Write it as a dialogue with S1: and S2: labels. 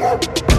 S1: Woo!